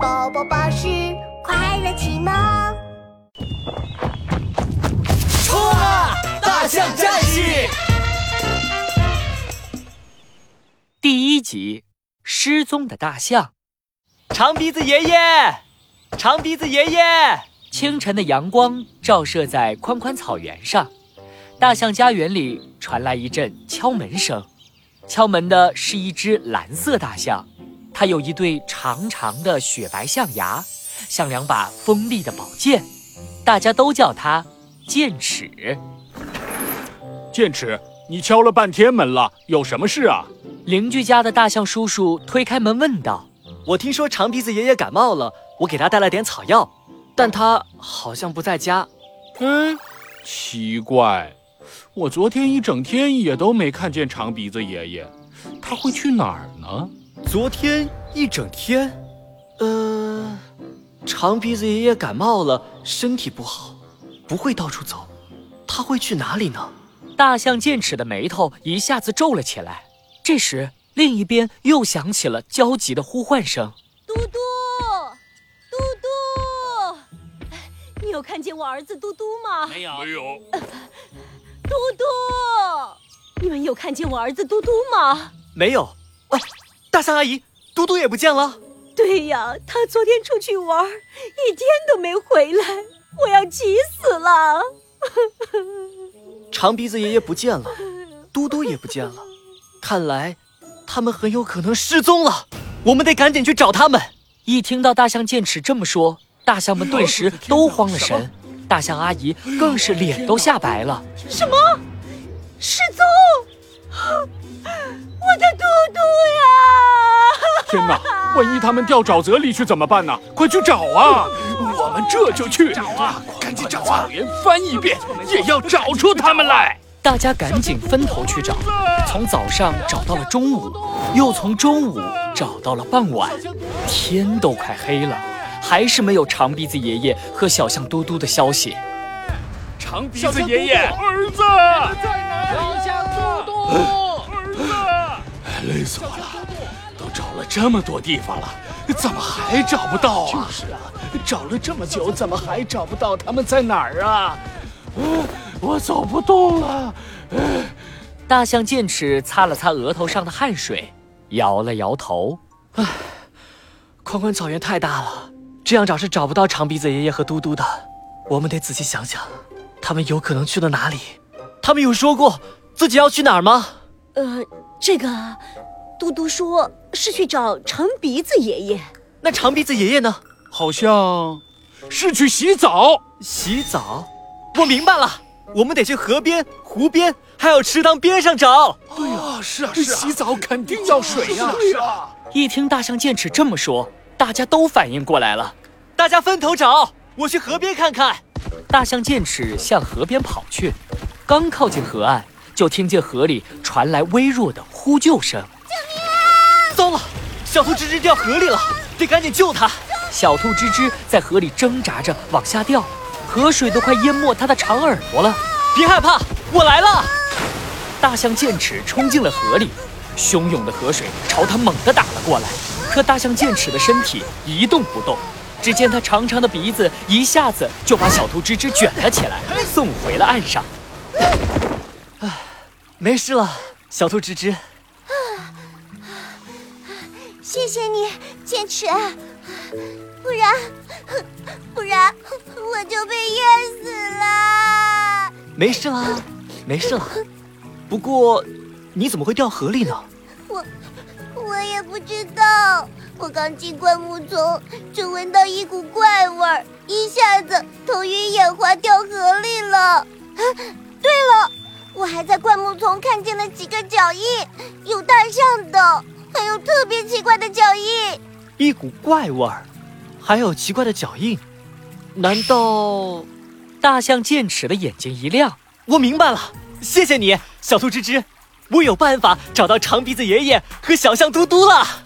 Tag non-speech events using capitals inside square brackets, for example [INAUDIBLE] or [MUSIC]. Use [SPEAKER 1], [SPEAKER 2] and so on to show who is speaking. [SPEAKER 1] 宝宝巴士快乐启蒙。
[SPEAKER 2] 冲啊！大象战士！第一集，失踪的大象。长鼻子爷爷，长鼻子爷爷！清晨的阳光照射在宽宽草原上，大象家园里传来一阵敲门声。敲门的是一只蓝色大象，它有一对长长的雪白象牙，像两把锋利的宝剑。大家都叫它剑齿。
[SPEAKER 3] 剑齿，你敲了半天门了，有什么事啊？
[SPEAKER 2] 邻居家的大象叔叔推开门问道：“我听说长鼻子爷爷感冒了，我给他带来点草药，但他好像不在家。
[SPEAKER 3] 嗯，奇怪，我昨天一整天也都没看见长鼻子爷爷，他会去哪儿呢？
[SPEAKER 2] 昨天一整天，呃，长鼻子爷爷感冒了，身体不好，不会到处走，他会去哪里呢？”大象剑齿的眉头一下子皱了起来。这时，另一边又响起了焦急的呼唤声。
[SPEAKER 4] 嘟嘟，嘟嘟，你有看见我儿子嘟嘟吗？
[SPEAKER 3] 没有，没有。
[SPEAKER 4] 嘟嘟，你们有看见我儿子嘟嘟吗？
[SPEAKER 2] 没有。哦，大象阿姨，嘟嘟也不见了。
[SPEAKER 4] 对呀，他昨天出去玩，一天都没回来，我要急死了。
[SPEAKER 2] 长鼻子爷爷不见了，嘟嘟也不见了，看来他们很有可能失踪了。我们得赶紧去找他们。一听到大象剑齿这么说，大象们顿时都慌了神，大象阿姨更是脸都吓白了。
[SPEAKER 4] 什么？失踪？我的嘟嘟呀！
[SPEAKER 3] 天哪，万一他们掉沼泽里去怎么办呢？快去找啊！我们这就去找啊！赶紧找啊！草原翻一遍，也要找出他们来。
[SPEAKER 2] 大家赶紧分头去找，从早上找到了中午，又从中午找到了傍晚，天都快黑了，还是没有长鼻子爷爷和小象嘟嘟的消息。
[SPEAKER 3] 长鼻子爷爷，儿子在哪里？小象嘟嘟，儿子，累死我了！都找了这么多地方了，怎么还找不到啊？就是啊，找了这么久，怎么还找不到？他们在哪儿啊？我走不动了。
[SPEAKER 2] 大象剑齿擦了擦额头上的汗水，摇了摇头。哎唉，宽宽草原太大了，这样找是找不到长鼻子爷爷和嘟嘟的。我们得仔细想想，他们有可能去了哪里？他们有说过自己要去哪儿吗？
[SPEAKER 4] 呃，这个嘟嘟说是去找长鼻子爷爷。
[SPEAKER 2] 那长鼻子爷爷呢？
[SPEAKER 3] 好像是去洗澡。
[SPEAKER 2] 洗澡？我明白了，我们得去河边、湖边，还有池塘边上找。
[SPEAKER 3] 对啊，是啊，是啊，洗澡肯定要水呀、是啊。
[SPEAKER 2] 一听大象剑齿这么说，大家都反应过来了，大家分头找，我去河边看看。大象剑齿向河边跑去，刚靠近河岸，就听见河里传来微弱的呼救声。糟了，小兔吱吱掉河里了，得赶紧救它。小兔吱吱在河里挣扎着往下掉，河水都快淹没它的长耳朵了。别害怕，我来了。大象剑齿冲进了河里，汹涌的河水朝它猛地打了过来。可大象剑齿的身体一动不动，只见它长长的鼻子一下子就把小兔吱吱卷了起来，送回了岸上。唉，没事了，小兔吱吱。
[SPEAKER 1] 谢谢你，剑齿，啊不然 [LAUGHS] 不然我就被淹死了。
[SPEAKER 2] 没事啦，没事啦。不过，你怎么会掉河里呢？
[SPEAKER 1] 我我也不知道，我刚进灌木丛就闻到一股怪味儿，一下子头晕眼花，掉河里了。 [LAUGHS] 啊对了，我还在灌木丛看见了几个脚印，有大象的，还有特别奇怪的脚印。
[SPEAKER 2] 一股怪味儿，还有奇怪的脚印，难道？大象剑齿的眼睛一亮，我明白了，谢谢你，小兔吱吱，我有办法找到长鼻子爷爷和小象嘟嘟了。